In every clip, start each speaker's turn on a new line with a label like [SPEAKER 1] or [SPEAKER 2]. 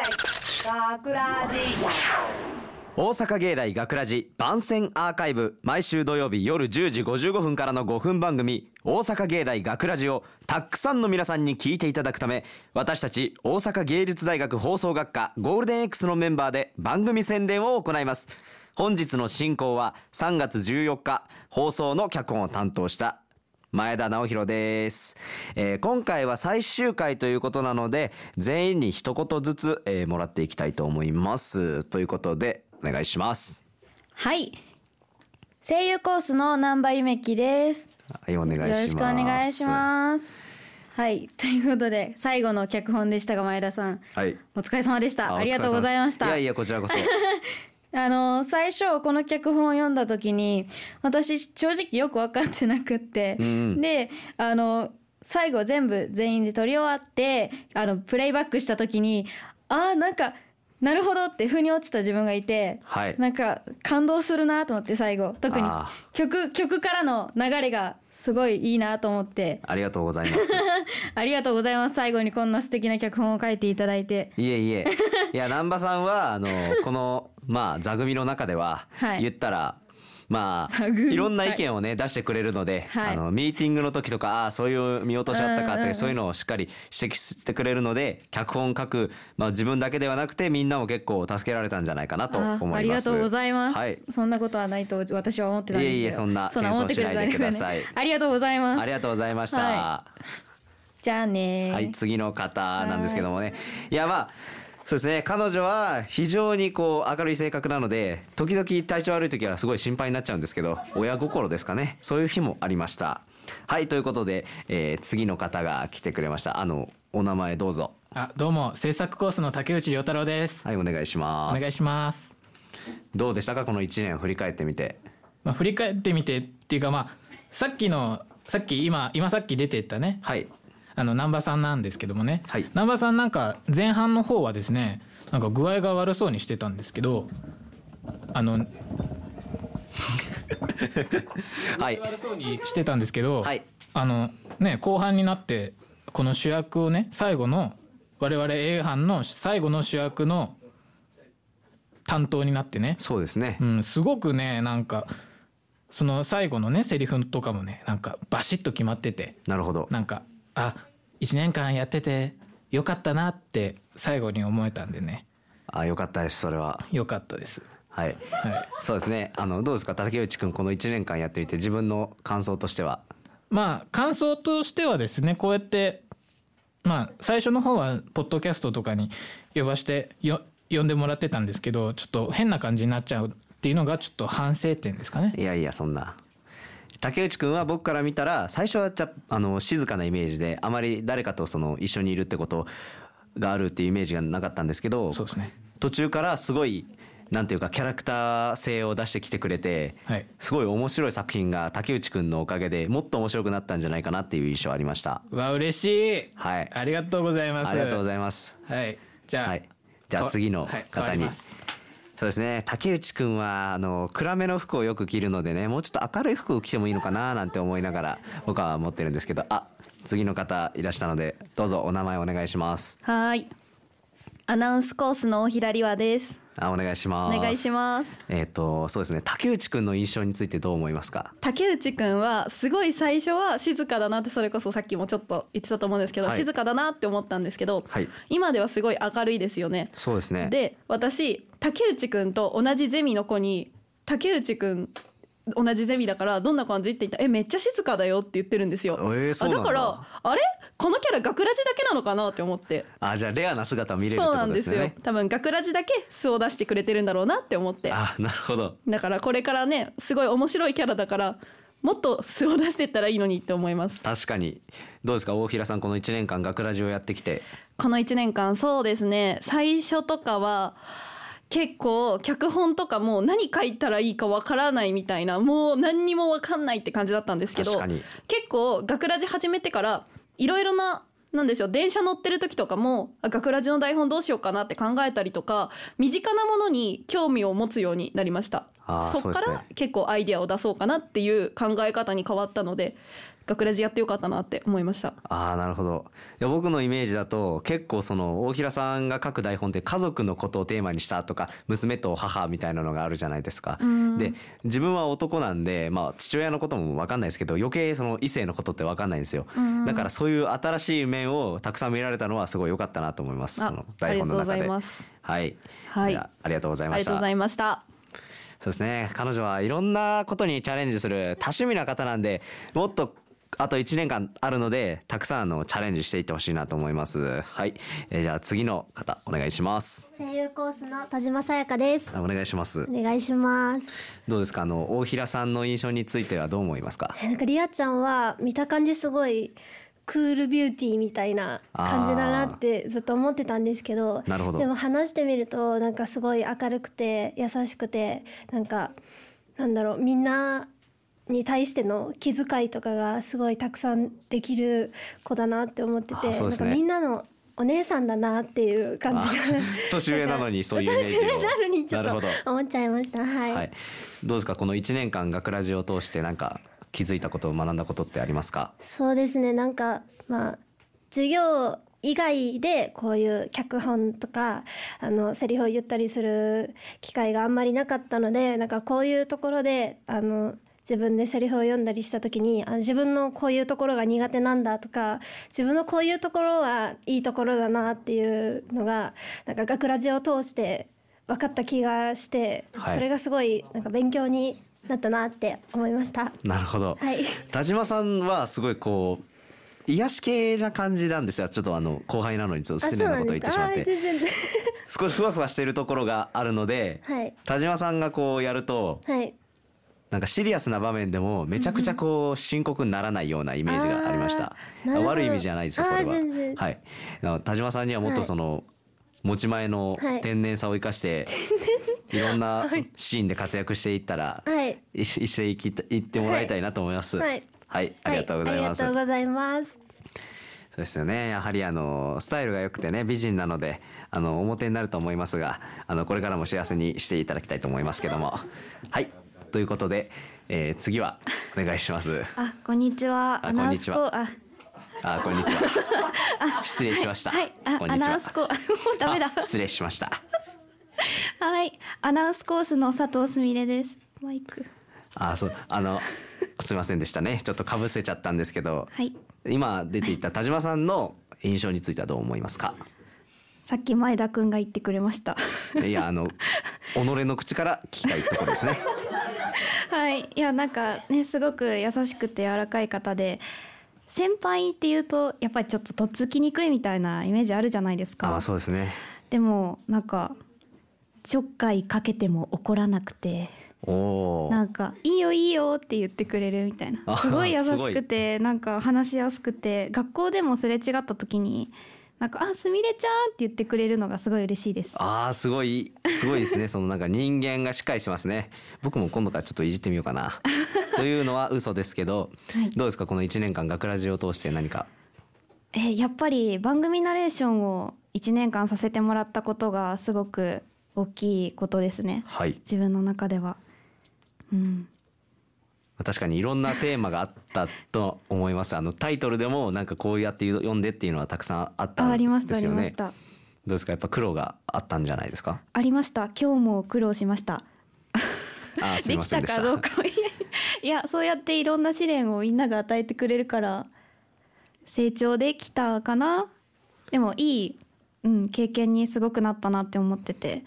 [SPEAKER 1] 学ラジ
[SPEAKER 2] 大阪芸大学ラジ番宣アーカイブ毎週土曜日夜10時55分からの5分番組「大阪芸大学ラジをたくさんの皆さんに聞いていただくため私たち大阪芸術大学放送学科ゴールデン X のメンバーで番組宣伝を行います本日の進行は3月14日放送の脚本を担当した前田直弘です、えー今回は最終回ということなので全員に一言ずつ、えーもらっていきたいと思いますということでお願いします
[SPEAKER 3] はい声優コースの南波ゆめきです
[SPEAKER 2] はいお願いし
[SPEAKER 3] よ
[SPEAKER 2] ま
[SPEAKER 3] ろ
[SPEAKER 2] す
[SPEAKER 3] しくお願いしますはいということで最後の脚本でしたが前田さん
[SPEAKER 2] はい
[SPEAKER 3] お疲れ様でしたあ
[SPEAKER 2] お疲
[SPEAKER 3] り
[SPEAKER 2] れ様で
[SPEAKER 3] がとうございました
[SPEAKER 2] いやいやこちらこそ
[SPEAKER 3] あの最初この脚本を読んだ時に私正直よく分かってなくって、
[SPEAKER 2] ん
[SPEAKER 3] であの最後全部全員で撮り終わってあのプレイバックした時にあーなんかなるほどって腑に落ちた自分がいて、
[SPEAKER 2] はい
[SPEAKER 3] なんか感動するなと思って最後特に
[SPEAKER 2] あ
[SPEAKER 3] 曲曲からの流れがすごいいいなと思って
[SPEAKER 2] ありがとうございます
[SPEAKER 3] ありがとうございます最後にこんな素敵な脚本を書いていただいて
[SPEAKER 2] いえ いえいや難波さんはあのこのまあ座組の中では、
[SPEAKER 3] はい
[SPEAKER 2] 言ったらまあ
[SPEAKER 3] 座組
[SPEAKER 2] いろんな意見をね、出してくれるので、
[SPEAKER 3] はい
[SPEAKER 2] あのミーティングの時とかああそういう見落としあった
[SPEAKER 3] うんう
[SPEAKER 2] かと
[SPEAKER 3] んう
[SPEAKER 2] か
[SPEAKER 3] ん
[SPEAKER 2] そういうのをしっかり指摘してくれるので脚本書く、まあ、自分だけではなくてみんなも結構助けられたんじゃないかなと思い
[SPEAKER 3] あ
[SPEAKER 2] ます。
[SPEAKER 3] ありがとうございます、
[SPEAKER 2] はい
[SPEAKER 3] そんなことはないと私は思ってたんですけど
[SPEAKER 2] いえいえそんな
[SPEAKER 3] 思ってくれたんですよ
[SPEAKER 2] 謙遜しないで
[SPEAKER 3] ね
[SPEAKER 2] くださ
[SPEAKER 3] ありがとうございます
[SPEAKER 2] ありがとうございました。
[SPEAKER 3] はじゃあねー
[SPEAKER 2] はい、次の方なんですけどもね。いや、まあ、そうですね。彼女は非常にこう明るい性格なので、時々体調悪い時はすごい心配になっちゃうんですけど、親心ですかね。そういう日もありました。はい、ということで、えー次の方が来てくれました。あの、お名前どうぞ。
[SPEAKER 4] あどうも制作コースの竹内涼太郎です
[SPEAKER 2] はい、お願いし
[SPEAKER 4] お
[SPEAKER 2] ます。
[SPEAKER 4] 願いします、
[SPEAKER 2] どうでしたかこの1年振り返ってみて。
[SPEAKER 4] まあ、振り返ってみてっていうかまあさっきのさっき今今さっき出てったね
[SPEAKER 2] はい。
[SPEAKER 4] あの難波さんなんですけどもね、
[SPEAKER 2] はい
[SPEAKER 4] 難波さんなんか前半の方はですねなんか具合が悪そうにしてたんですけどあ の
[SPEAKER 2] はい。
[SPEAKER 4] 悪そうにしてたんですけど、
[SPEAKER 2] はい
[SPEAKER 4] あのね後半になってこの主役をね最後の我々 A 班の最後の主役の担当になってね
[SPEAKER 2] そうですね
[SPEAKER 4] う。ん、すごくねなんかその最後のねセリフとかもねなんかバシッと決まってて
[SPEAKER 2] なるほど。
[SPEAKER 4] なんかあ1年間やっててよかったなって最後に思えたんでね
[SPEAKER 2] あ、よかったです。それは。
[SPEAKER 4] よかったです。
[SPEAKER 2] はい。
[SPEAKER 4] はい、
[SPEAKER 2] そうですね。あの、どうですか竹内くん、この1年間やってみて、自分の感想としては。
[SPEAKER 4] まあ感想としてはですねこうやってまあ最初の方はポッドキャストとかに呼ばしてよ呼んでもらってたんですけどちょっと変な感じになっちゃうっていうのがちょっと反省点ですかね。
[SPEAKER 2] いやいやそんな竹内くんは僕から見たら最初はちゃあの静かなイメージであまり誰かとその一緒にいるってことがあるっていうイメージがなかったんですけど
[SPEAKER 4] そうですね
[SPEAKER 2] 途中からすごいなんていうかキャラクター性を出してきてくれて、
[SPEAKER 4] はい
[SPEAKER 2] すごい面白い作品が竹内くんのおかげでもっと面白くなったんじゃないかなっていう印象ありました
[SPEAKER 4] わ嬉しい、
[SPEAKER 2] はい
[SPEAKER 4] ありがとうございます。
[SPEAKER 2] ありがとうございます
[SPEAKER 4] はい。じゃあ、
[SPEAKER 2] はいじゃあ次の
[SPEAKER 4] はい
[SPEAKER 2] 方に
[SPEAKER 4] 変わります
[SPEAKER 2] そうですね竹内くんはあの暗めの服をよく着るのでねもうちょっと明るい服を着てもいいのかななんて思いながら僕は思ってるんですけどあ次の方いらしたのでどうぞお名前お願いします
[SPEAKER 5] はーい。アナウンスコースの大平里和です。
[SPEAKER 2] あお願いしま
[SPEAKER 5] お
[SPEAKER 2] す
[SPEAKER 5] 願いします。
[SPEAKER 2] えっ、とそうですね竹内くんの印象についてどう思いますか
[SPEAKER 5] 竹内くんはすごい最初は静かだなってそれこそさっきもちょっと言ってたと思うんですけど、
[SPEAKER 2] はい
[SPEAKER 5] 静かだなって思ったんですけど、
[SPEAKER 2] はい
[SPEAKER 5] 今ではすごい明るいですよね。
[SPEAKER 2] そうですね
[SPEAKER 5] で私竹内くんと同じゼミの子に竹内くん同じゼミだからどんな感じって言ったら「えめっちゃ静かだよ」って言ってるんですよ。
[SPEAKER 2] えーそう
[SPEAKER 5] あ
[SPEAKER 2] なんだ
[SPEAKER 5] からあれこのキャラ学ラジだけなのかなって思って。
[SPEAKER 2] あじゃあレアな姿を見れるって
[SPEAKER 5] そう
[SPEAKER 2] こ
[SPEAKER 5] なん
[SPEAKER 2] とで
[SPEAKER 5] ですす
[SPEAKER 2] ね
[SPEAKER 5] よ多分学ラジだけ素を出してくれてるんだろうなって思って
[SPEAKER 2] あなるほど
[SPEAKER 5] だからこれからねすごい面白いキャラだからもっと素を出してったらいいのにって思います
[SPEAKER 2] 確かにどうですか大平さんこの1年間学ラジをやってきて
[SPEAKER 5] この1年間そうですね最初とかは結構脚本とかもう何書いたらいいかわからないみたいなもう何にもわかんないって感じだったんですけど
[SPEAKER 2] 確かに
[SPEAKER 5] 結構学ラジ始めてからいろいろななんでしょう電車乗ってる時とかもあ学ラジの台本どうしようかなって考えたりとか身近なものに興味を持つようになりました。
[SPEAKER 2] あー
[SPEAKER 5] そこか
[SPEAKER 2] そうです
[SPEAKER 5] ら
[SPEAKER 2] ね
[SPEAKER 5] 結構アイディアを出そうかなっていう考え方に変わったので学ラジやってよかったなって思いました
[SPEAKER 2] ああなるほどいや僕のイメージだと結構その大平さんが書く台本って家族のことをテーマにしたとか娘と母みたいなのがあるじゃないですか。で自分は男なんで、まあ、父親のことも分かんないですけど余計その異性のことって分かんないんですよだからそういう新しい面をたくさん見られたのはすごい良かったなと思います
[SPEAKER 5] あ
[SPEAKER 2] その台本の中
[SPEAKER 5] ありがとうござい
[SPEAKER 2] で。
[SPEAKER 5] ます
[SPEAKER 2] はい、
[SPEAKER 5] はい
[SPEAKER 2] やありがとうござい
[SPEAKER 5] あ
[SPEAKER 2] ま
[SPEAKER 5] りが
[SPEAKER 2] し
[SPEAKER 5] とうご
[SPEAKER 2] た
[SPEAKER 5] ざいました
[SPEAKER 2] そうですね彼女はいろんなことにチャレンジする多趣味な方なんでもっとあと1年間あるのでたくさんあのチャレンジしていってほしいなと思いますはい、えーじゃあ次の方お願いします
[SPEAKER 1] 声優コースの田島さやかです
[SPEAKER 2] あお願いします
[SPEAKER 1] お願いします
[SPEAKER 2] どうですかあの大平さんの印象についてはどう思います か
[SPEAKER 1] えなんかリアちゃんは見た感じすごいクールビューティーみたいな感じだなってずっと思ってたんですけど
[SPEAKER 2] なるほど
[SPEAKER 1] でも話してみるとなんかすごい明るくて優しくてなんかなんだろうみんなに対しての気遣いとかがすごいたくさんできる子だなって思って
[SPEAKER 2] あ
[SPEAKER 1] て、
[SPEAKER 2] そうで
[SPEAKER 1] なん
[SPEAKER 2] す
[SPEAKER 1] か
[SPEAKER 2] ね
[SPEAKER 1] みんなのお姉さんだなっていう感じが
[SPEAKER 2] 年上なのにそういうイメージを
[SPEAKER 1] 年 上なのにちょ
[SPEAKER 2] なるほ
[SPEAKER 1] っ
[SPEAKER 2] ど
[SPEAKER 1] と思っちゃいましたはい、
[SPEAKER 2] はい、どうですかこの1年間学ラジを通してなんか気づいたこと学んだことってありますか
[SPEAKER 1] そうですねなんかまあ授業以外でこういう脚本とかあのセリフを言ったりする機会があんまりなかったのでなんかこういうところであの自分でセリフを読んだりした時にあ自分のこういうところが苦手なんだとか自分のこういうところはいいところだなっていうのがなんか学ラジを通して分かった気がして、
[SPEAKER 2] はい
[SPEAKER 1] それがすごいなんか勉強になったなって思いました。
[SPEAKER 2] なるほど、
[SPEAKER 1] はい
[SPEAKER 2] 田島さんはすごいこう癒し系な感じなんですよちょっとあの後輩なのにちょっと
[SPEAKER 1] あ、そ
[SPEAKER 2] 失
[SPEAKER 1] う
[SPEAKER 2] 礼なこ
[SPEAKER 1] なん
[SPEAKER 2] とを
[SPEAKER 1] で
[SPEAKER 2] 言っ
[SPEAKER 1] す
[SPEAKER 2] てしまっ
[SPEAKER 1] あー
[SPEAKER 2] て
[SPEAKER 1] 全然
[SPEAKER 2] 少しふわふわしているところがあるので、
[SPEAKER 1] はい
[SPEAKER 2] 田島さんがこうやると
[SPEAKER 1] はい
[SPEAKER 2] なんかシリアスな場面でもめちゃくちゃこう深刻にならないようなイメージがありました
[SPEAKER 1] あーなるほど
[SPEAKER 2] 悪い意味じゃないですよこれは
[SPEAKER 1] あー全然
[SPEAKER 2] はいなので田島さんにはもっとその、持ち前の
[SPEAKER 1] はい
[SPEAKER 2] 天然さを生かして、い、ろんなシーンで活躍していったら、
[SPEAKER 1] はい
[SPEAKER 2] い、していきたいってもらいたいなと思います。
[SPEAKER 1] はいはい
[SPEAKER 2] はい、ありがとうございます。
[SPEAKER 1] はありがとうございます
[SPEAKER 2] そうですよねやはりあのスタイルが良くてね美人なのであの表になると思いますがあのこれからも幸せにしていただきたいと思いますけどもはいということで、えー次はお願いします
[SPEAKER 6] あ、こんにちは。
[SPEAKER 2] あ
[SPEAKER 6] アナウンス
[SPEAKER 2] こんにち
[SPEAKER 6] コ
[SPEAKER 2] は
[SPEAKER 6] あ、
[SPEAKER 2] あこんにちは失礼しました、
[SPEAKER 6] はい、あ
[SPEAKER 2] こん
[SPEAKER 6] ア
[SPEAKER 2] にち
[SPEAKER 6] ナウ
[SPEAKER 2] は
[SPEAKER 6] ンスコ、もうダメだ。
[SPEAKER 2] あ 失礼しました
[SPEAKER 6] はい、アナウンスコースの佐藤すみれです。マイク。
[SPEAKER 2] あそうあのすいませんでしたねちょっとかぶせちゃったんですけど、
[SPEAKER 6] はい。
[SPEAKER 2] 今出ていた田島さんの印象についてはどう思いますか
[SPEAKER 6] さっき前田くんが言ってくれました。
[SPEAKER 2] いやあの己の口から聞きたいところですね
[SPEAKER 6] はい、いや、なんかね、すごく優しくて柔らかい方で。先輩っていうと、やっぱりちょっととっつきにくいみたいなイメージあるじゃないです
[SPEAKER 2] あま
[SPEAKER 6] か
[SPEAKER 2] あ。そうですね
[SPEAKER 6] でも、なんか。ちょっかいかけても怒らなくて。
[SPEAKER 2] おおー
[SPEAKER 6] なんか「いいよいいよ」って言ってくれるみたい
[SPEAKER 2] あ
[SPEAKER 6] なすごい優
[SPEAKER 2] すご
[SPEAKER 6] しく
[SPEAKER 2] い
[SPEAKER 6] てなんか話しやすくて学校でもすれ違った時に「なんかあすみれちゃん」って言ってくれるのがすごい嬉しいです。
[SPEAKER 2] あーすごいすごいですねそのなんか人間がしっかりしてますね僕も今度からちょっといじってみよう かなというのは嘘ですけど、
[SPEAKER 6] はい
[SPEAKER 2] どうですかこの1年間学ラジを通して何か
[SPEAKER 6] えーやっぱり番組ナレーションを1年間させてもらったことがすごく大きいことですね
[SPEAKER 2] はい
[SPEAKER 6] 自分の中では。うん、
[SPEAKER 2] 確かにいろんなテーマがあったと思いますあのタイトルでもなんかこうやって読んでっていうのはたくさんあった
[SPEAKER 6] ああ
[SPEAKER 2] ん
[SPEAKER 6] りまし
[SPEAKER 2] で
[SPEAKER 6] たあ
[SPEAKER 2] す
[SPEAKER 6] り
[SPEAKER 2] よ
[SPEAKER 6] ま
[SPEAKER 2] ね
[SPEAKER 6] し
[SPEAKER 2] どう
[SPEAKER 6] た
[SPEAKER 2] ですかやっぱ苦労があったんじゃないですか
[SPEAKER 6] ありました今日も苦労しました。
[SPEAKER 2] あーすい
[SPEAKER 6] で
[SPEAKER 2] ま
[SPEAKER 6] き
[SPEAKER 2] せん
[SPEAKER 6] た
[SPEAKER 2] で
[SPEAKER 6] か
[SPEAKER 2] した
[SPEAKER 6] どうかもいや いやそうやっていろんな試練をみんなが与えてくれるから成長できたかなでもいい、うん、経験にすごくなったなって思ってて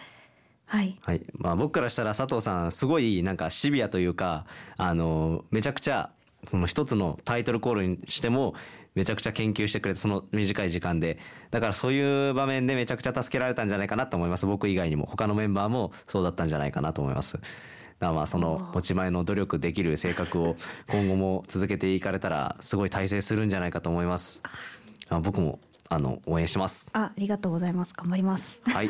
[SPEAKER 6] はい
[SPEAKER 2] はいまあ、僕からしたら佐藤さんすごいなんかシビアというかあのめちゃくちゃその一つのタイトルコールにしてもめちゃくちゃ研究してくれてその短い時間でだからそういう場面でめちゃくちゃ助けられたんじゃないかなと思います僕以外にも他のメンバーもそうだったんじゃないかなと思います。だからまあその持ち前の努力できる性格を今後も続けていかれたらすごい大成するんじゃないかと思います。あ僕もあの応援します。
[SPEAKER 6] あありがとうございます頑張ります
[SPEAKER 2] はい、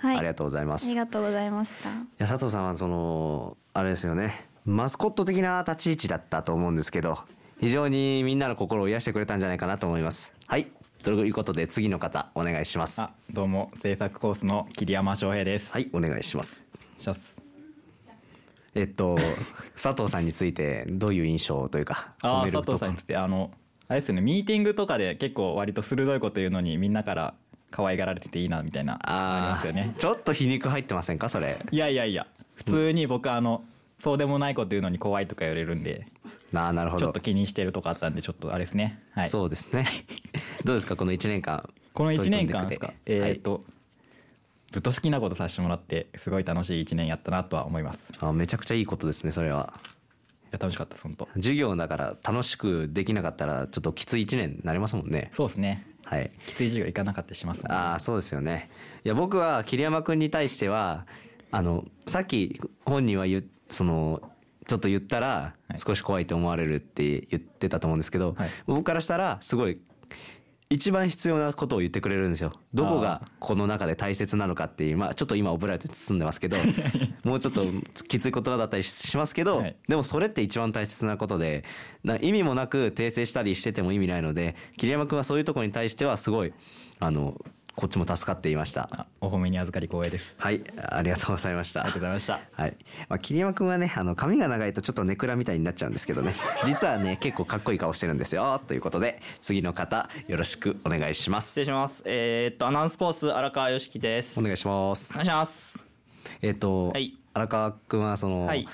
[SPEAKER 6] はい
[SPEAKER 2] ありがとうございます
[SPEAKER 6] あり。がとうございました
[SPEAKER 2] いや佐藤さんはそのあれですよねマスコット的な立ち位置だったと思うんですけど非常にみんなの心を癒してくれたんじゃないかなと思いますはいということで次の方お願いしますは
[SPEAKER 7] あどうも制作コースの桐山翔平です、
[SPEAKER 2] いお願いします
[SPEAKER 7] します
[SPEAKER 2] えっと佐藤さんについてどういう印象というか
[SPEAKER 7] あ
[SPEAKER 2] 褒
[SPEAKER 7] あ
[SPEAKER 2] める
[SPEAKER 7] 佐
[SPEAKER 2] と
[SPEAKER 7] 藤
[SPEAKER 2] か
[SPEAKER 7] さんについてあのあれですよねミーティングとかで結構割と鋭いこと言うのにみんなから可愛がられてていいなみたいなあり
[SPEAKER 2] あ
[SPEAKER 7] ます
[SPEAKER 2] ー
[SPEAKER 7] よね
[SPEAKER 2] ちょっと皮肉入ってませんかそれ
[SPEAKER 7] いやいやいや普通に僕あのそうでもないこと言うのに怖いとか言われるんで
[SPEAKER 2] なあなるほ
[SPEAKER 7] ちょっ
[SPEAKER 2] ど
[SPEAKER 7] と気にしてるとかあったんでちょっとあれですねはい
[SPEAKER 2] そうですね どうですかこの1年間
[SPEAKER 7] この1年間ですか
[SPEAKER 2] 取り組んで
[SPEAKER 7] え
[SPEAKER 2] く
[SPEAKER 7] っとずっと好きなことさせてもらってすごい楽しい1年やったなとは思いますい
[SPEAKER 2] はいあめちゃくちゃいいことですねそれは
[SPEAKER 7] や楽しかったです本当
[SPEAKER 2] 授業だから楽しくできなかったらちょっときつい1年になりますもんね
[SPEAKER 7] そうですね
[SPEAKER 2] はい
[SPEAKER 7] きつい授業行かなかったりしますね
[SPEAKER 2] ああそうですよねいや僕は桐山君に対してはあのさっき本人は言うそのちょっと言ったら
[SPEAKER 7] はい
[SPEAKER 2] 少し怖いと思われるって言ってたと思うんですけど、
[SPEAKER 7] はい
[SPEAKER 2] 僕からしたらすごい一番必要なことを言ってくれるんですよどこがこの中で大切なのかっていうまあちょっと今オブラートに包んでますけど もうちょっときつい言葉だったりしますけど、
[SPEAKER 7] はい
[SPEAKER 2] でもそれって一番大切なことでな意味もなく訂正したりしてても意味ないので桐山君はそういうところに対してはすごいあのこっちも助かっていました
[SPEAKER 7] あお褒めに預かり光栄です
[SPEAKER 2] はいありがとうございました
[SPEAKER 7] ありがとうございました
[SPEAKER 2] はい、まあ、桐山君はねあの髪が長いとちょっとネクラみたいになっちゃうんですけどね 実はね結構かっこいい顔してるんですよということで次の方よろしくお願いしま
[SPEAKER 8] 失
[SPEAKER 2] す
[SPEAKER 8] 礼します。えーっとアナウンスコース荒川良樹です。
[SPEAKER 2] お願いします
[SPEAKER 8] お願いします。
[SPEAKER 2] えっ、と、
[SPEAKER 8] はい
[SPEAKER 2] 荒川君はその、
[SPEAKER 8] はい。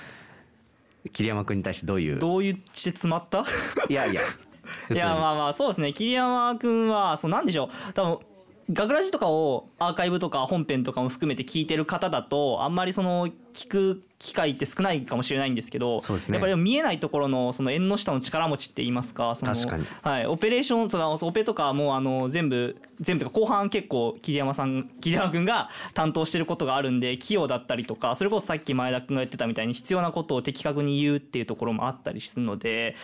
[SPEAKER 2] 桐山君に対してどういう
[SPEAKER 8] どう言って詰まった？
[SPEAKER 2] いやいや
[SPEAKER 8] いやまあまあそうですね桐山君はそうなんでしょう多分学ラジとかをアーカイブとか本編とかも含めて聞いてる方だとあんまりその聞く機会って少ないかもしれないんですけど
[SPEAKER 2] そうですね
[SPEAKER 8] やっぱり見えないところのその縁の下の力持ちって言いますかその
[SPEAKER 2] 確かに
[SPEAKER 8] はい、オペレーションそのオペとかもうあの全部全部というか後半結構桐山さん桐山君が担当してることがあるんで器用だったりとかそれこそさっき前田君が言ってたみたいに必要なことを的確に言うっていうところもあったりするので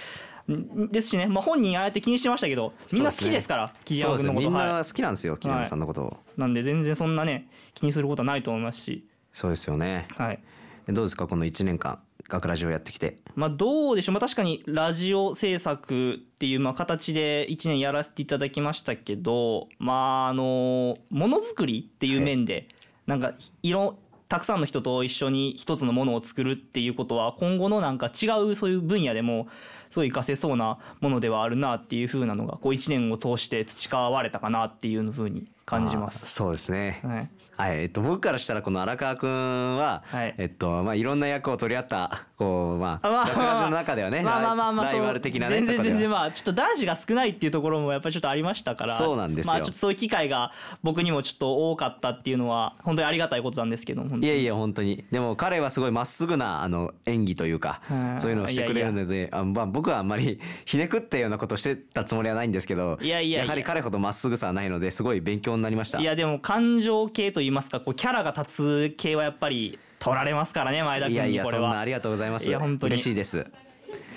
[SPEAKER 8] んですしね、まあ、本人ああやって気にしてましたけどみんな好きですから桐
[SPEAKER 2] そう
[SPEAKER 8] 山
[SPEAKER 2] です
[SPEAKER 8] 君
[SPEAKER 2] ね
[SPEAKER 8] のこ
[SPEAKER 2] み
[SPEAKER 8] と
[SPEAKER 2] ん
[SPEAKER 8] は
[SPEAKER 2] な好きなんですよ桐山さんのことを、
[SPEAKER 8] いなんで全然そんなね気にすることはないと思いますし
[SPEAKER 2] そうですよね
[SPEAKER 8] はい。
[SPEAKER 2] どうですかこの1年間学ラジオやってきて
[SPEAKER 8] まあどうでしょう、まあ、確かにラジオ制作っていうまあ形で1年やらせていただきましたけどまああのものづくりっていう面でなんかいろたくさんの人と一緒に一つのものを作るっていうことは今後のなんか違うそういう分野でもすごい活かせそうなものではあるなっていう風なのがこう1年を通して培われたかなっていう風に感じま
[SPEAKER 2] あー
[SPEAKER 8] す。
[SPEAKER 2] そうですね、
[SPEAKER 8] はい
[SPEAKER 2] はい、えっと、僕からしたら、この荒川くんは、
[SPEAKER 8] はい
[SPEAKER 2] えっと、まあ、いろんな役を取り合った、こう、まあ、
[SPEAKER 8] あまあ
[SPEAKER 2] 学ラジの中ではね、
[SPEAKER 8] まあまあまあまあ
[SPEAKER 2] ライライバル的なね、
[SPEAKER 8] 全然
[SPEAKER 2] とこで
[SPEAKER 8] 全
[SPEAKER 2] は
[SPEAKER 8] 然まあちょっと男子が少ないっていうところもやっぱりちょっとありましたから
[SPEAKER 2] そうなんですよ
[SPEAKER 8] まあちょっとそういう機会が僕にもちょっと多かったっていうのは本当にありがたいことなんですけども本当
[SPEAKER 2] い
[SPEAKER 8] に
[SPEAKER 2] やいや本当にでも彼はすごいまっすぐなあの演技というか
[SPEAKER 8] うん
[SPEAKER 2] そういうのをしてくれるのであまあ、僕はあんまりひねくったようなことしてたつもりはないんですけど
[SPEAKER 8] いやいやいや
[SPEAKER 2] やはり彼ほどまっすぐさはないのですごい勉強になりました
[SPEAKER 8] いやでも感情系といいますかこうキャラが立つ系はやっぱり取られますからね前田
[SPEAKER 2] い
[SPEAKER 8] 君
[SPEAKER 2] やい
[SPEAKER 8] に
[SPEAKER 2] や
[SPEAKER 8] こ
[SPEAKER 2] そ
[SPEAKER 8] れ
[SPEAKER 2] んなあ
[SPEAKER 8] は
[SPEAKER 2] りがとうございます
[SPEAKER 8] いや本当に
[SPEAKER 2] 嬉しいです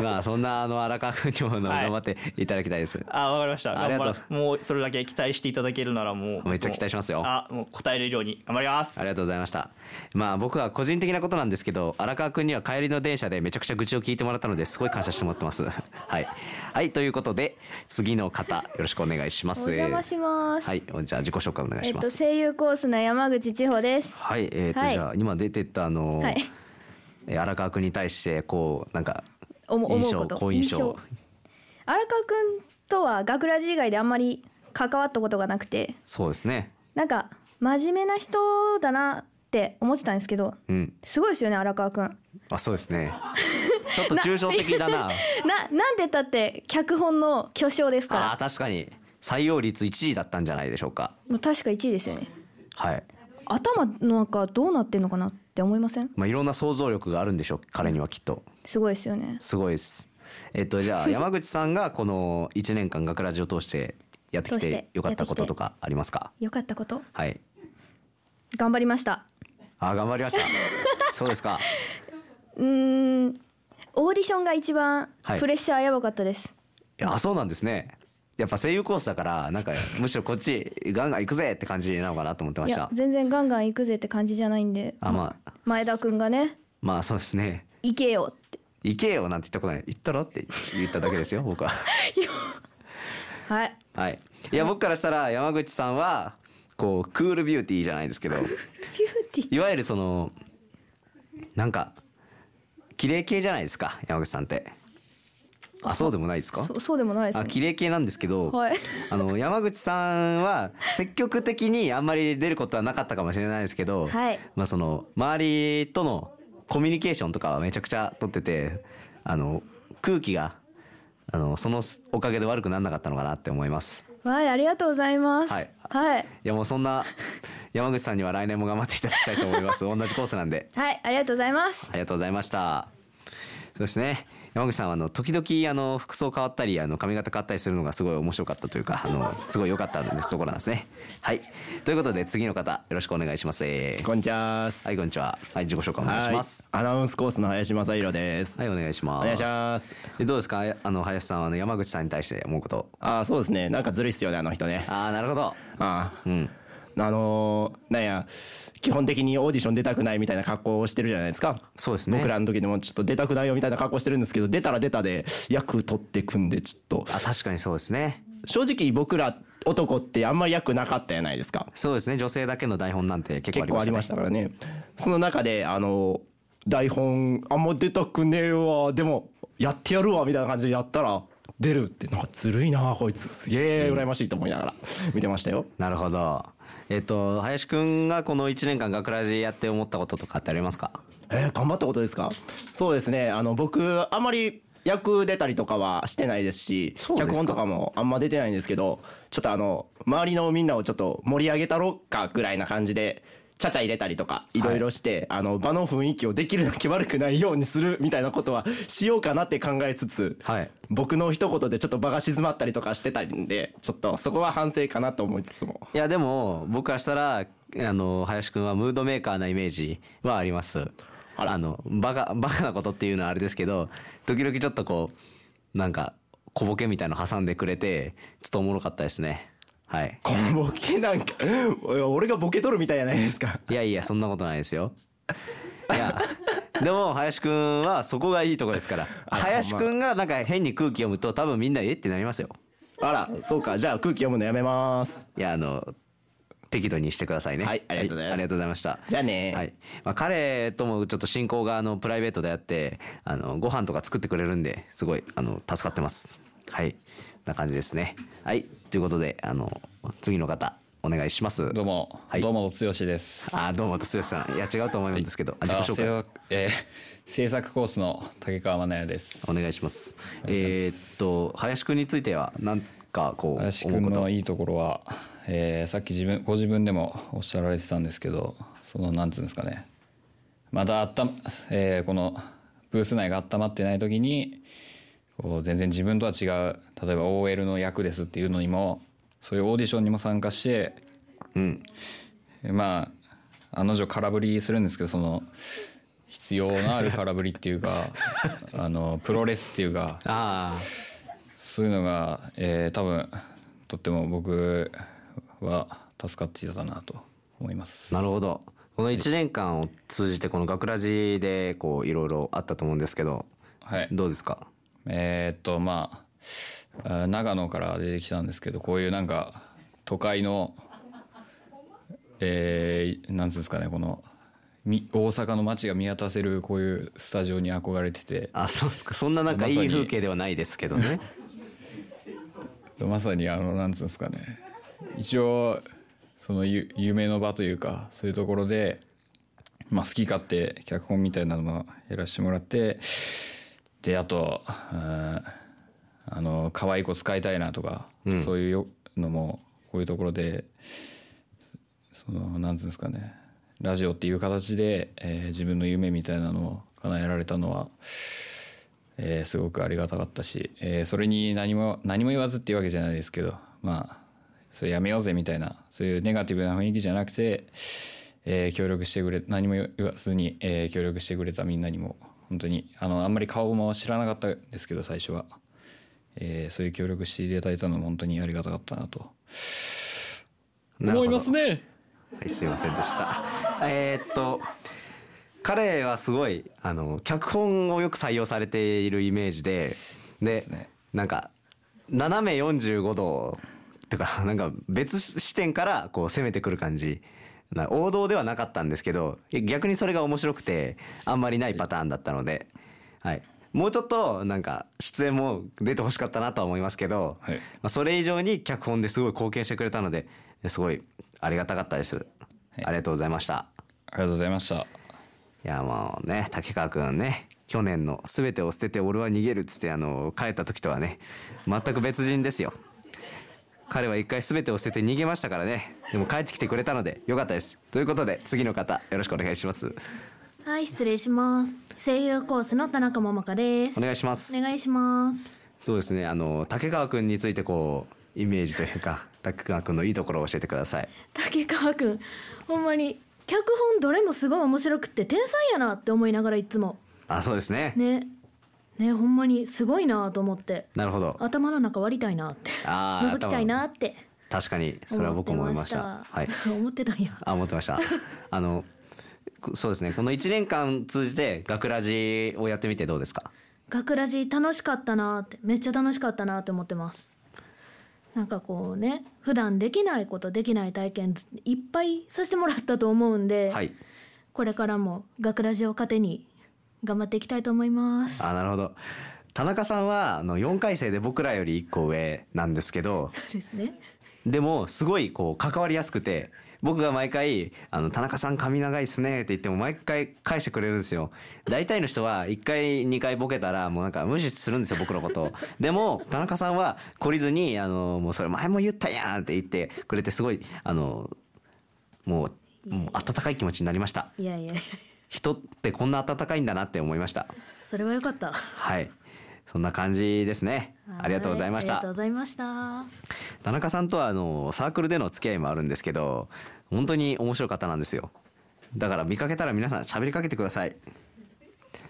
[SPEAKER 2] まあそんなあの荒川君にもあの
[SPEAKER 8] はい
[SPEAKER 2] 頑張っていただきたいです、
[SPEAKER 8] あわかりました
[SPEAKER 2] ありがとう
[SPEAKER 8] 頑張るもうそれだけ期待していただけるならもう
[SPEAKER 2] めっちゃ期待しますよ
[SPEAKER 8] あもう答えれるように頑張ります
[SPEAKER 2] ありがとうございました。まあ僕は個人的なことなんですけど、荒川くんには帰りの電車でめちゃくちゃ愚痴を聞いてもらったのですごい感謝してもらってます。 はい。はい、ということで、次の方、よろしくお願いしま
[SPEAKER 9] お
[SPEAKER 2] す。
[SPEAKER 9] 邪魔します。
[SPEAKER 2] はい、じゃあ自己紹介お願い
[SPEAKER 9] え
[SPEAKER 2] し
[SPEAKER 9] っ
[SPEAKER 2] ま
[SPEAKER 9] と
[SPEAKER 2] す。
[SPEAKER 9] 声優コースの山口千穂です。
[SPEAKER 2] はい、えっ、と、
[SPEAKER 9] はい
[SPEAKER 2] じゃあ今出てたあの、
[SPEAKER 9] はい
[SPEAKER 2] え荒川くんに対して、こう、なんか、
[SPEAKER 9] おも
[SPEAKER 2] 印
[SPEAKER 9] 思う
[SPEAKER 2] 象
[SPEAKER 9] こ、と。
[SPEAKER 2] 好印象。
[SPEAKER 9] 荒川くんとは学ラジ以外であんまり関わったことがなくて、
[SPEAKER 2] そうですね。
[SPEAKER 9] なんか真面目な人だなって思ってたんですけど、
[SPEAKER 2] うん。
[SPEAKER 9] すごいですよね荒川くん。
[SPEAKER 2] あ、そうで すね。ちょっと抽象的だな。
[SPEAKER 9] ななんでだって脚本の巨匠ですから
[SPEAKER 2] あー、確かに。採用率1位だったんじゃないでしょうか。
[SPEAKER 9] もう確か1位ですよね
[SPEAKER 2] はい。
[SPEAKER 9] 頭の中どうなってんのかなって思いません
[SPEAKER 2] まあ、いろんな想像力があるんでしょう彼にはきっと
[SPEAKER 9] すごいですよね
[SPEAKER 2] すごいですえっ とじゃあ山口さんがこの1年間学ラジを通してやってき
[SPEAKER 9] 通して
[SPEAKER 2] てよかったこ
[SPEAKER 9] や
[SPEAKER 2] と
[SPEAKER 9] って
[SPEAKER 2] と
[SPEAKER 9] きて
[SPEAKER 2] かありますか
[SPEAKER 9] よかったこと
[SPEAKER 2] はい
[SPEAKER 9] 頑張りました
[SPEAKER 2] あ頑張りました そうですか
[SPEAKER 9] うーんオーディションが一番
[SPEAKER 2] はい
[SPEAKER 9] プレッシャーやばかったです、
[SPEAKER 2] いやそうなんですねやっぱ声優コースだからなんかむしろこっちガンガン行くぜって感じなのかなと思ってま
[SPEAKER 9] い、
[SPEAKER 2] し
[SPEAKER 9] や
[SPEAKER 2] た
[SPEAKER 9] 全然ガンガン行くぜって感じじゃないんで
[SPEAKER 2] あまあ
[SPEAKER 9] 前田君がね
[SPEAKER 2] まあそうですね
[SPEAKER 9] 行けよって
[SPEAKER 2] 行けよなんて言ったことない行ったろって言っただけですよ僕は
[SPEAKER 9] はい
[SPEAKER 2] はい、いや僕からしたら山口さんはこうクールビューティーじゃないですけどいわゆるそのなんか綺麗系じゃないですか山口さんってあそうでもないですか
[SPEAKER 9] そそうでもないです
[SPEAKER 2] あ
[SPEAKER 9] ね
[SPEAKER 2] 綺麗系なんですけど、
[SPEAKER 9] はい
[SPEAKER 2] あの山口さんは積極的にあんまり出ることはなかったかもしれないですけど、
[SPEAKER 1] はい
[SPEAKER 2] まあその周りとのコミュニケーションとかはめちゃくちゃ取ってて、あの空気があのそのおかげで悪くならなかったのかなって思います。
[SPEAKER 9] わーいありがとうございます
[SPEAKER 2] はい
[SPEAKER 9] はい、
[SPEAKER 2] いやもうそんな山口さんには来年も頑張っていただきたいと思います。同じコースなんで。
[SPEAKER 9] はい、ありがとうございます
[SPEAKER 2] ありがとうございました。そうですね。山口さんはあの時々あの服装変わったりあの髪型変わったりするのがすごい面白かったというかあのすごい良かったところなんですね。はい。ということで次の方よろしくお願いします。は
[SPEAKER 10] こんにちはっす。
[SPEAKER 2] いこんにちは。はい自己紹介お願いします。
[SPEAKER 10] はい。アナウンスコースの林正宏です。
[SPEAKER 2] はいお願いします。
[SPEAKER 10] お願いします。
[SPEAKER 2] でどうですかあの林さんはあの山口さんに対して思うこと。
[SPEAKER 10] ああ、そうですね。なんかずるいっすよね、あの人ね。
[SPEAKER 2] ああなるほど。
[SPEAKER 10] ああ。
[SPEAKER 2] うん。
[SPEAKER 10] あのーなんや、基本的にオーディション出たくないみたいな格好をしてるじゃないですか。
[SPEAKER 2] そうですね
[SPEAKER 10] 僕らの時でもちょっと出たくないよみたいな格好してるんですけど、出たら出たで役取ってくんで、ちょっと。
[SPEAKER 2] あ確かにそうですね。
[SPEAKER 10] 正直僕ら男ってあんまり役なかったじゃないですか。
[SPEAKER 2] そうですね女性だけの台本なんて結構あり
[SPEAKER 10] 結構
[SPEAKER 2] ま
[SPEAKER 10] あ
[SPEAKER 2] した、
[SPEAKER 10] り
[SPEAKER 2] ね。
[SPEAKER 10] ましたからねその中であの台本あんま出たくねえわでもやってやるわみたいな感じでやったら出るってなんかずるいなこいつすげえ羨ましいと思いながら見てましたよ
[SPEAKER 2] なるほど。えっと林くんがこの一年間学ラジやって思ったこととかってありますか。
[SPEAKER 10] えー頑張ったことですかそうですねあの僕あんまり役出たりとかはしてないですし
[SPEAKER 2] そうですか
[SPEAKER 10] 脚本とかもあんま出てないんですけどちょっとあの周りのみんなをちょっと盛り上げたろっかぐらいな感じでちゃちゃ入れたりとかいろいろして、あの場の雰囲気をできるだけ悪くないようにするみたいなことはしようかなって考えつつ、
[SPEAKER 2] はい
[SPEAKER 10] 僕の一言でちょっと場が静まったりとかしてたりんでちょっとそこは反省かなと思いつつも
[SPEAKER 2] いやでも僕からしたらあの林くんはムードメーカーなイメージはあります。
[SPEAKER 10] あら
[SPEAKER 2] あのバカバカなことっていうのはあれですけど、時々ちょっとこうなんか小ボケみたいの挟んでくれてちょっとおもろかったですね。はい。
[SPEAKER 10] このボケなんか俺がボケ取るみたいじゃないですか
[SPEAKER 2] いやいやそんなことないですよ。いや でも林くんはそこがいいところですから。林くんがなんか変に空気読むと多分みんなえってなりますよ。
[SPEAKER 10] あら、そうか。じゃあ空気読むのやめます。
[SPEAKER 2] いやあの適度にしてくださいね。
[SPEAKER 10] はいありがとうございます
[SPEAKER 2] ありがとうございました。
[SPEAKER 10] じゃあね
[SPEAKER 2] はい。まあ彼ともちょっと親交があのプライベートであって、あのご飯とか作ってくれるんで、すごいあの助かってます。はい。な感じですね。はい。ということであの次の方お願いします。
[SPEAKER 11] どうも、
[SPEAKER 2] はい
[SPEAKER 11] どうも剛です。
[SPEAKER 2] あどうもとすよさん。いや違うと思うんですけど、あ自己
[SPEAKER 11] あ
[SPEAKER 2] 紹介
[SPEAKER 11] 制作えー制作コースの竹川真奈也です。
[SPEAKER 2] お願いします。えーっと林くんについてはなんかこう
[SPEAKER 11] 林
[SPEAKER 2] 思
[SPEAKER 11] く
[SPEAKER 2] うんこと
[SPEAKER 11] のいいところは、えーさっき自分ご自分でもおっしゃられてたんですけど、そのなんつうんですかね、まだあった、えーこのブース内が温まってない時に、こう全然自分とは違う、例えば OL の役ですっていうのにも、そういうオーディションにも参加して、まああの女空振りするんですけどその必要のある空振りっていう かあのプロレスっていうか
[SPEAKER 2] あ
[SPEAKER 11] そういうのが、えー多分とっても僕は助かっていたなと思います
[SPEAKER 2] あ。なるほど。この一年間を通じてこの学ラジでこういろいろあったと思うんですけど、
[SPEAKER 11] はい、
[SPEAKER 2] どうですか。
[SPEAKER 11] えーっとまああ長野から出てきたんですけどこういうなんか都会のえー、なんつうんですかねこのみ大阪の街が見渡せるこういうスタジオに憧れてて
[SPEAKER 2] あそうですかそんななんかいい風景ではないですけどね
[SPEAKER 11] まさにあのなんつうんですかね一応そのゆ夢の場というかそういうところで、まあ、好き勝手脚本みたいなのもやらせてもらってであとうんあの可愛い子使いたいなとか、そういうよのもこういうところでそのなんつうんですかねラジオっていう形で、えー自分の夢みたいなのを叶えられたのはえーすごくありがたかったし、えーそれに何も何も言わずっていうわけじゃないですけどまあそれやめようぜみたいなそういうネガティブな雰囲気じゃなくて、えー協力してくれ何も言わずに、えー協力してくれたみんなにも本当にあのあんまり顔も知らなかったですけど最初は、えーそういう協力していただいたのも本当にありがたかったなと思いますね
[SPEAKER 2] はいすいませんでしたえーっと彼はすごいあの脚本をよく採用されているイメージでで
[SPEAKER 11] ね
[SPEAKER 2] なんか斜め45度とかなんか別視点からこう攻めてくる感じな王道ではなかったんですけど逆にそれが面白くてあんまりないパターンだったので、はい、もうちょっとなんか出演も出てほしかったなとは思いますけど、まあ、それ以上に脚本ですごい貢献してくれたのですごいありがたかったです、ありがとうございました
[SPEAKER 11] ありがとうございました
[SPEAKER 2] いやもうね竹川くんね去年の「すべてを捨てて俺は逃げる」っつってあの帰った時とはね全く別人ですよ彼は一回全てを捨てて逃げましたからねでも帰ってきてくれたのでよかったですということで次の方よろしくお願いします
[SPEAKER 12] はい失礼します声優コースの田中桃香です
[SPEAKER 2] お願いします
[SPEAKER 12] お願いします
[SPEAKER 2] そうですねあの竹川くんについてこうイメージというか竹川くんのいいところを教えてください
[SPEAKER 12] 竹川くんほんまに脚本どれもすごい面白くって天才やなって思いながらいつも
[SPEAKER 2] あそうですね
[SPEAKER 12] ねねほんまにすごいなと思って
[SPEAKER 2] なるほど
[SPEAKER 12] 頭の中割りたいなって
[SPEAKER 2] あー
[SPEAKER 12] 覗きたいなって
[SPEAKER 2] 頭確かにそれは僕も思いました
[SPEAKER 12] 思って
[SPEAKER 2] はい
[SPEAKER 12] 思ってたんや
[SPEAKER 2] あ思ってました あのくそうですねこの1年間通じて学ラジをやってみてどうですか
[SPEAKER 12] 学ラジ楽しかったなってめっちゃ楽しかったなって思ってますなんかこうね普段できないことできない体験ずいっぱいさせてもらったと思うんで、
[SPEAKER 2] はい
[SPEAKER 12] これからも学ラジを糧に頑張っていきたいと思います
[SPEAKER 2] あなるほど田中さんはあの4回生で僕らより1個上なんですけど
[SPEAKER 12] そうですね
[SPEAKER 2] でもすごいこう関わりやすくて僕が毎回「あの田中さん髪長いっすね」って言っても毎回返してくれるんですよ大体の人は1回2回ボケたらもうなんか無視するんですよ僕のことをでも田中さんは懲りずに「あのもうそれ前も言ったやん」って言ってくれてすごいあのもうもう温かい気持ちになりました
[SPEAKER 12] いやいや
[SPEAKER 2] 人ってこんな温かいんだなって思いました
[SPEAKER 12] それはよかった
[SPEAKER 2] はいそんな感じですね ありがとうございまし
[SPEAKER 12] はありがと
[SPEAKER 2] た
[SPEAKER 12] うございました
[SPEAKER 2] 田中さんとはあのサークルでの付き合いもあるんですけど本当に面白い方なんですよだから見かけたら皆さん喋りかけてください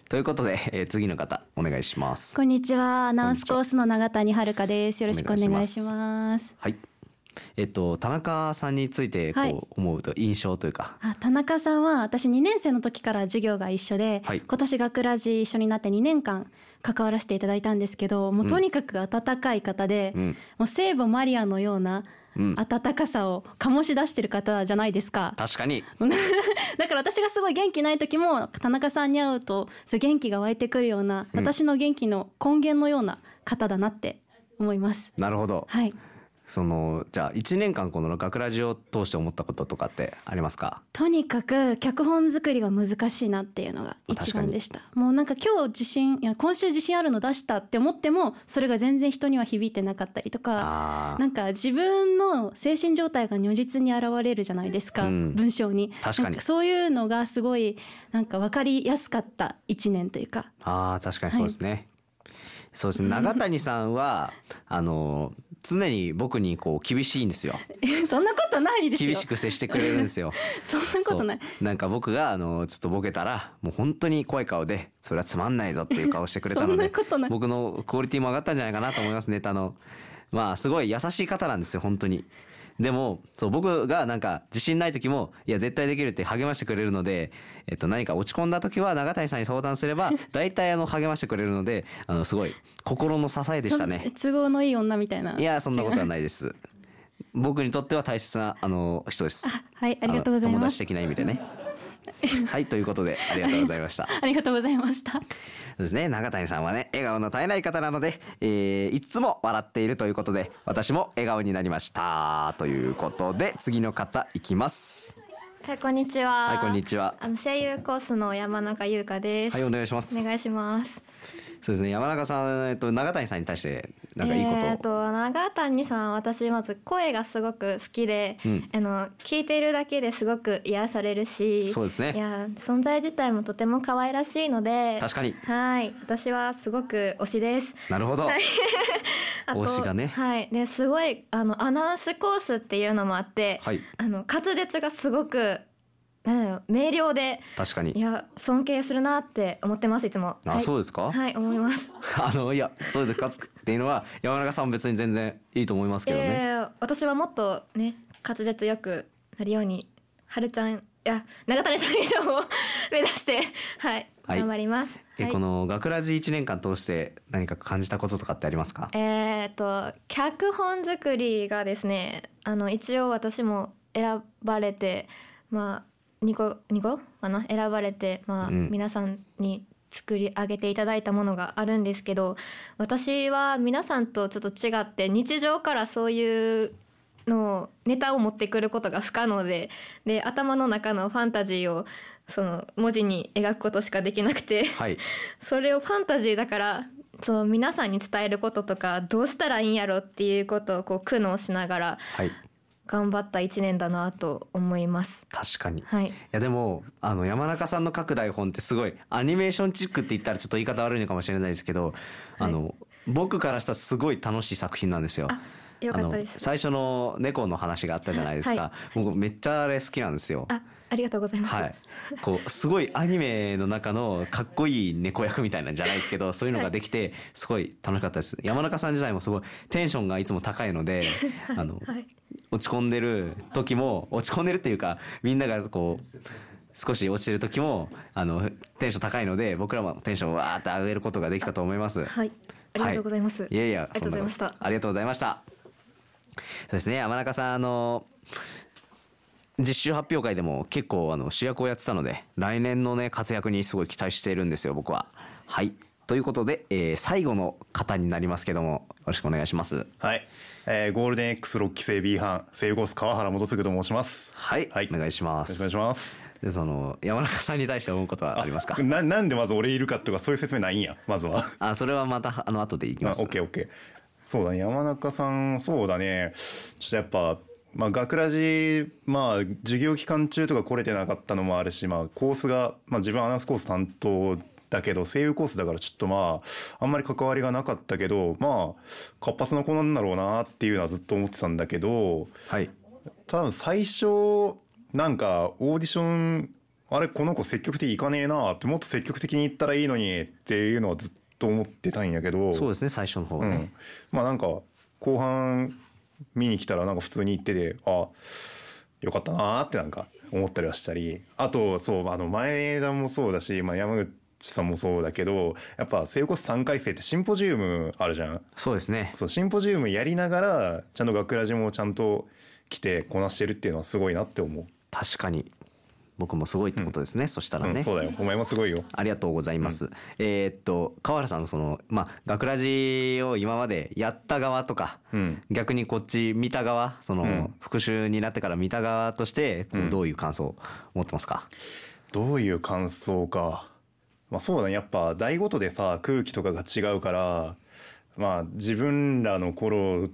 [SPEAKER 2] ということで、えー次の方お願いします
[SPEAKER 13] こんにちは、アナウンスコースの永谷遥です。よろしくお願いします。
[SPEAKER 2] はいえっと田中さんについて
[SPEAKER 13] はい
[SPEAKER 2] こう思うと印象というか、
[SPEAKER 13] あ田中さんは私2年生の時から授業が一緒で、
[SPEAKER 2] はい
[SPEAKER 13] 今年学ラジ一緒になって2年間関わらせていただいたんですけどもうとにかく温かい方で、
[SPEAKER 2] うん
[SPEAKER 13] もう聖母マリアのような
[SPEAKER 2] うん
[SPEAKER 13] 温かさを醸し出してる方じゃないですか。
[SPEAKER 2] 確かに
[SPEAKER 13] だから私がすごい元気ない時も田中さんに会うとそう元気が湧いてくるような、
[SPEAKER 2] うん
[SPEAKER 13] 私の元気の根源のような方だなって思います。
[SPEAKER 2] なるほど、
[SPEAKER 13] はい
[SPEAKER 2] そのじゃあ1年間この学ラジを通して思ったこととかってありますか
[SPEAKER 13] とにかく脚本作りが難しいなっていうのが一番でしたもうなんか今日自信いや今週自信あるの出したって思ってもそれが全然人には響いてなかったりとかなんか自分の精神状態が如実に現れるじゃないですか、
[SPEAKER 2] うん
[SPEAKER 13] 文章に
[SPEAKER 2] 確かに
[SPEAKER 13] なんそういうのがすごいなんか分かりやすかった一年というか
[SPEAKER 2] あー確かにそうですね、そうですね永谷さんはあの常に僕にこう厳しいんですよ
[SPEAKER 13] えそんなことないですよ
[SPEAKER 2] 厳しく接してくれるんですよ
[SPEAKER 13] そんなことない
[SPEAKER 2] そうなんか僕があのちょっとボケたらもう本当に怖い顔でそれはつまんないぞっていう顔してくれたの
[SPEAKER 13] そん
[SPEAKER 2] で
[SPEAKER 13] なことない
[SPEAKER 2] 僕のクオリティも上がったんじゃないかなと思いますネタのまあすごい優しい方なんですよ本当にでもそう僕がなんか自信ない時もいや絶対できるって励ましてくれるので、えっと、何か落ち込んだ時は永谷さんに相談すれ ば大体あの励ましてくれるのであのすごい心の支えでしたね
[SPEAKER 13] そん都合のいい女みたいない
[SPEAKER 2] いやそんなことはないいです。僕にとっては大切なあの人です。
[SPEAKER 13] はいありがとうご
[SPEAKER 2] あ
[SPEAKER 13] ざいます
[SPEAKER 2] の友達的な意味 でね。はいということでありがとうございました。
[SPEAKER 13] ありがとうございました
[SPEAKER 2] そうですね永谷さんはね笑顔の絶えない方なので、えーいつも笑っているということで私も笑顔になりましたということで次の方いきます。
[SPEAKER 14] はい、こんにちは。
[SPEAKER 2] はいこんにちは。
[SPEAKER 14] あの声優コースの山中優香です。
[SPEAKER 2] はいお願いします
[SPEAKER 14] お願いします。
[SPEAKER 2] そうですね山中さんえっと永谷さんに対してなんかいいことを。
[SPEAKER 14] えー、と長谷さん私まず声がすごく好きで、
[SPEAKER 2] うん
[SPEAKER 14] あの聞いているだけですごく癒されるし
[SPEAKER 2] そうですね
[SPEAKER 14] いや存在自体もとても可愛らしいので
[SPEAKER 2] 確かに
[SPEAKER 14] はい私はすごく推しです
[SPEAKER 2] なるほど
[SPEAKER 14] はい あと
[SPEAKER 2] 推しがね
[SPEAKER 14] はいですごいあのアナウンスコースっていうのもあって、
[SPEAKER 2] はい
[SPEAKER 14] あの滑舌がすごくなんだろう明瞭で
[SPEAKER 2] 確かに
[SPEAKER 14] いや尊敬するなって思ってますいつも
[SPEAKER 2] あ
[SPEAKER 14] はい
[SPEAKER 2] そうですか
[SPEAKER 14] はい思います
[SPEAKER 2] あのいやそうですかっていうのは山中さん別に全然いいと思いますけどね。
[SPEAKER 14] いやいやいや私はもっとね滑舌よくなるようにはるちゃんいや永谷さん以上を 目指してはい、
[SPEAKER 2] はい
[SPEAKER 14] 頑張ります。
[SPEAKER 2] え、
[SPEAKER 14] はい
[SPEAKER 2] この学ラジ1年間通して何か感じたこととかってありますか
[SPEAKER 14] えーっと脚本作りがですねあの一応私も選ばれてまあ2個2個かな選ばれて、まあ
[SPEAKER 15] うん
[SPEAKER 14] 皆さんに作り上げていただいたものがあるんですけど私は皆さんとちょっと違って日常からそういうのをネタを持ってくることが不可能でで頭の中のファンタジーをその文字に描くことしかできなくて、
[SPEAKER 2] はい
[SPEAKER 14] それをファンタジーだからそう皆さんに伝えることとかどうしたらいいんやろっていうことをこう苦悩しながら
[SPEAKER 2] はい
[SPEAKER 14] 頑張った1年だなと思います。
[SPEAKER 2] 確かに、
[SPEAKER 14] はい
[SPEAKER 2] いやでもあの山中さんの書く台本ってすごいアニメーションチックって言ったらちょっと言い方悪いのかもしれないですけど、あの僕からしたらすごい楽しい作品なんですよ。
[SPEAKER 14] よかったです
[SPEAKER 2] あの最初の猫の話があったじゃないですか、
[SPEAKER 14] は
[SPEAKER 2] 僕めっちゃあれ好きなんですよ。
[SPEAKER 14] あありがとうございます、
[SPEAKER 2] はい、こうすごいアニメの中のかっこいい猫役みたいなんじゃないですけ どそういうのができてすごい楽しかったです山中さん自体もすごいテンションがいつも高いのであの
[SPEAKER 14] はい
[SPEAKER 2] 落ち込んでる時も落ち込んでるっていうかみんながこう少し落ちてる時もあのテンション高いので僕らもテンションをわーって上げることができたと思います。
[SPEAKER 14] はい、ありがとうございます、
[SPEAKER 2] いやいや
[SPEAKER 14] ありがとうございまし
[SPEAKER 2] そんな
[SPEAKER 14] た
[SPEAKER 2] ことありがとうございましたそうですね山中さんあの実習発表会でも結構あの主役をやってたので来年のね活躍にすごい期待しているんですよ僕ははいということで、えー最後の方になりますけどもよろしくお願いします
[SPEAKER 16] はい、えーゴールデン X6 期生 B 班セイゴース川原元次と申します
[SPEAKER 2] はい、お願いします
[SPEAKER 16] よろしくお願いします
[SPEAKER 2] でその山中さんに対して思うことはありますか
[SPEAKER 16] ななんでまず俺いるかとかそういう説明ないんやまずは
[SPEAKER 2] あそれはまたあの後でいきます
[SPEAKER 16] オッケーオッケーそうだね山中さんそうだねちょっとやっぱまあ学ラジまあ授業期間中とか来れてなかったのもあるしまあコースがまあ自分はアナウンスコース担当だけど声優コースだからちょっとまああんまり関わりがなかったけどまあ活発な子なんだろうなっていうのはずっと思ってたんだけど、
[SPEAKER 2] はい、
[SPEAKER 16] 多分最初なんかオーディションあれこの子積極的に行かねえなってもっと積極的に行ったらいいのにっていうのはずっと思ってたんやけど
[SPEAKER 2] そうですね最初の方はね、
[SPEAKER 16] うん、まあなんか後半見に来たらなんか普通に行っててあよかったなーってなんか思ったりはしたりあとそうあの前田もそうだし、まあ、山口さんもそうだけどやっぱ聖骨3回生ってシンポジウムあるじゃん
[SPEAKER 2] そうですね
[SPEAKER 16] そうシンポジウムやりながらちゃんと学ラジもちゃんと来てこなしてるっていうのはすごいなって思う
[SPEAKER 2] 確かに僕もすごいってことですね、そしたらね、
[SPEAKER 16] うんそうだよお前もすごいよ
[SPEAKER 2] ありがとうございます、えーっと川原さんそのまあ学ラジを今までやった側とか、逆にこっち見た側その、
[SPEAKER 16] うん
[SPEAKER 2] 復習になってから見た側としてこうどういう感想を持ってますか、
[SPEAKER 16] どういう感想か。まあそうだね。やっぱ台ごとでさ、空気とかが違うから、まあ自分らの頃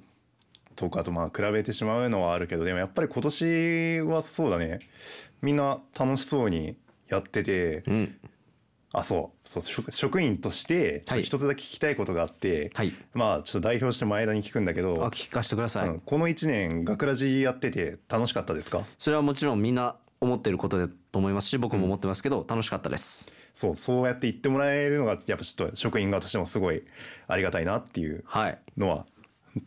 [SPEAKER 16] とかとまあ比べてしまうのはあるけど、でもやっぱり今年はそうだね。みんな楽しそうにやってて、あ、そう、そう職職員として、ちょっと一つだけ聞きたいことがあって、まあちょっと代表して前田に聞くんだけど、
[SPEAKER 2] 聞かせてください、
[SPEAKER 16] この1年、学ラジやってて楽しかったですか
[SPEAKER 2] それはもちろんみんな思ってることだと思いますし僕も思ってますけど、楽しかったです
[SPEAKER 16] そうそうやって言ってもらえるのがやっぱちょっと職員側としてもすごいありがたいなっていうのは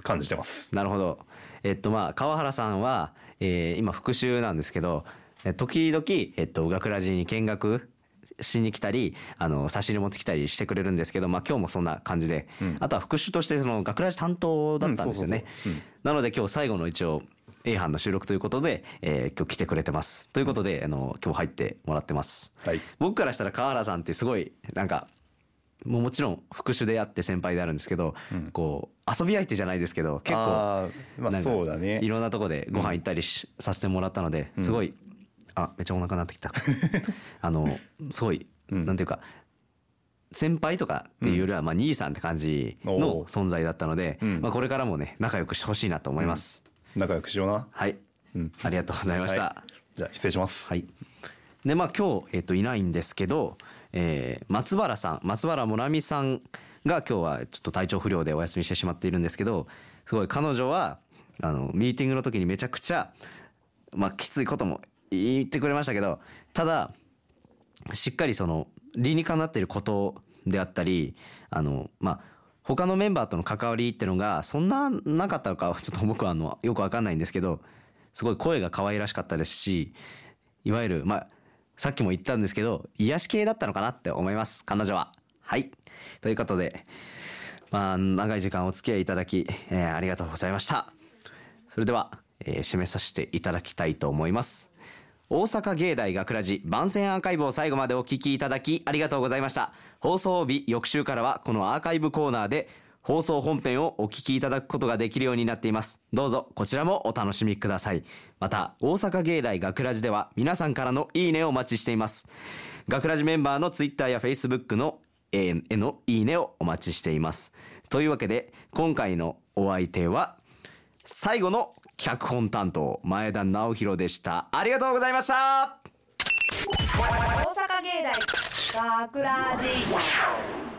[SPEAKER 16] 感じてます。
[SPEAKER 2] なるほど。えっとまあ川原さんは、えー今復習なんですけど、え時々えっと学ラジに見学しに来たり、あの差し入れ持ってきたりしてくれるんですけど、まあ今日もそんな感じで、あとは復習としてその学ラジ担当だったんですよね。なので今日最後の一応 A 班の収録ということで、えー今日来てくれてます。ということで、あの今日入ってもらってます。僕からしたら川原さんってすごいなんか。もうもちろん復習であって先輩であるんですけど、こう遊び相手じゃないですけど結
[SPEAKER 16] あ
[SPEAKER 2] 構
[SPEAKER 16] ーまあ
[SPEAKER 2] なんか
[SPEAKER 16] そうだね
[SPEAKER 2] いろんなとこでご飯行ったりし、させてもらったのですごい、あめっちゃお腹なって きたあのすごい、なんていうか先輩とかっていうよりはまあ兄さんって感じの存在だったので、まあ、これからもね仲良くしてほしいなと思います、
[SPEAKER 16] 仲良くしような
[SPEAKER 2] はい、ありがとうございました、
[SPEAKER 16] はじゃあ失礼します
[SPEAKER 2] はいでまあ今日、えっといないんですけど、えー松原さん松原もなみさんが今日はちょっと体調不良でお休みしてしまっているんですけどすごい彼女はあのミーティングの時にめちゃくちゃ、まあ、きついことも言ってくれましたけどただしっかりその理にかなっていることであったりあのまあ他のメンバーとの関わりってのがそんななかったのかはちょっと僕はあのよくわかんないんですけどすごい声が可愛らしかったですしいわゆるまあさっきも言ったんですけど癒し系だったのかなって思います彼女は。はいということでまあ長い時間お付き合いいただき、えーありがとうございました。それでは、えー締めさせていただきたいと思います。大阪芸大学ラジ番宣アーカイブを最後までお聞きいただきありがとうございました放送日翌週からはこのアーカイブコーナーで放送本編をお聞きいただくことができるようになっていますどうぞこちらもお楽しみくださいまた大阪芸大学ラジでは皆さんからのいいねをお待ちしています学ラジメンバーのツイッターやフェイスブックのえーへのいいねをお待ちしていますというわけで今回のお相手は最後の脚本担当前田直弘でしたありがとうございました
[SPEAKER 15] 大阪芸大学ラジ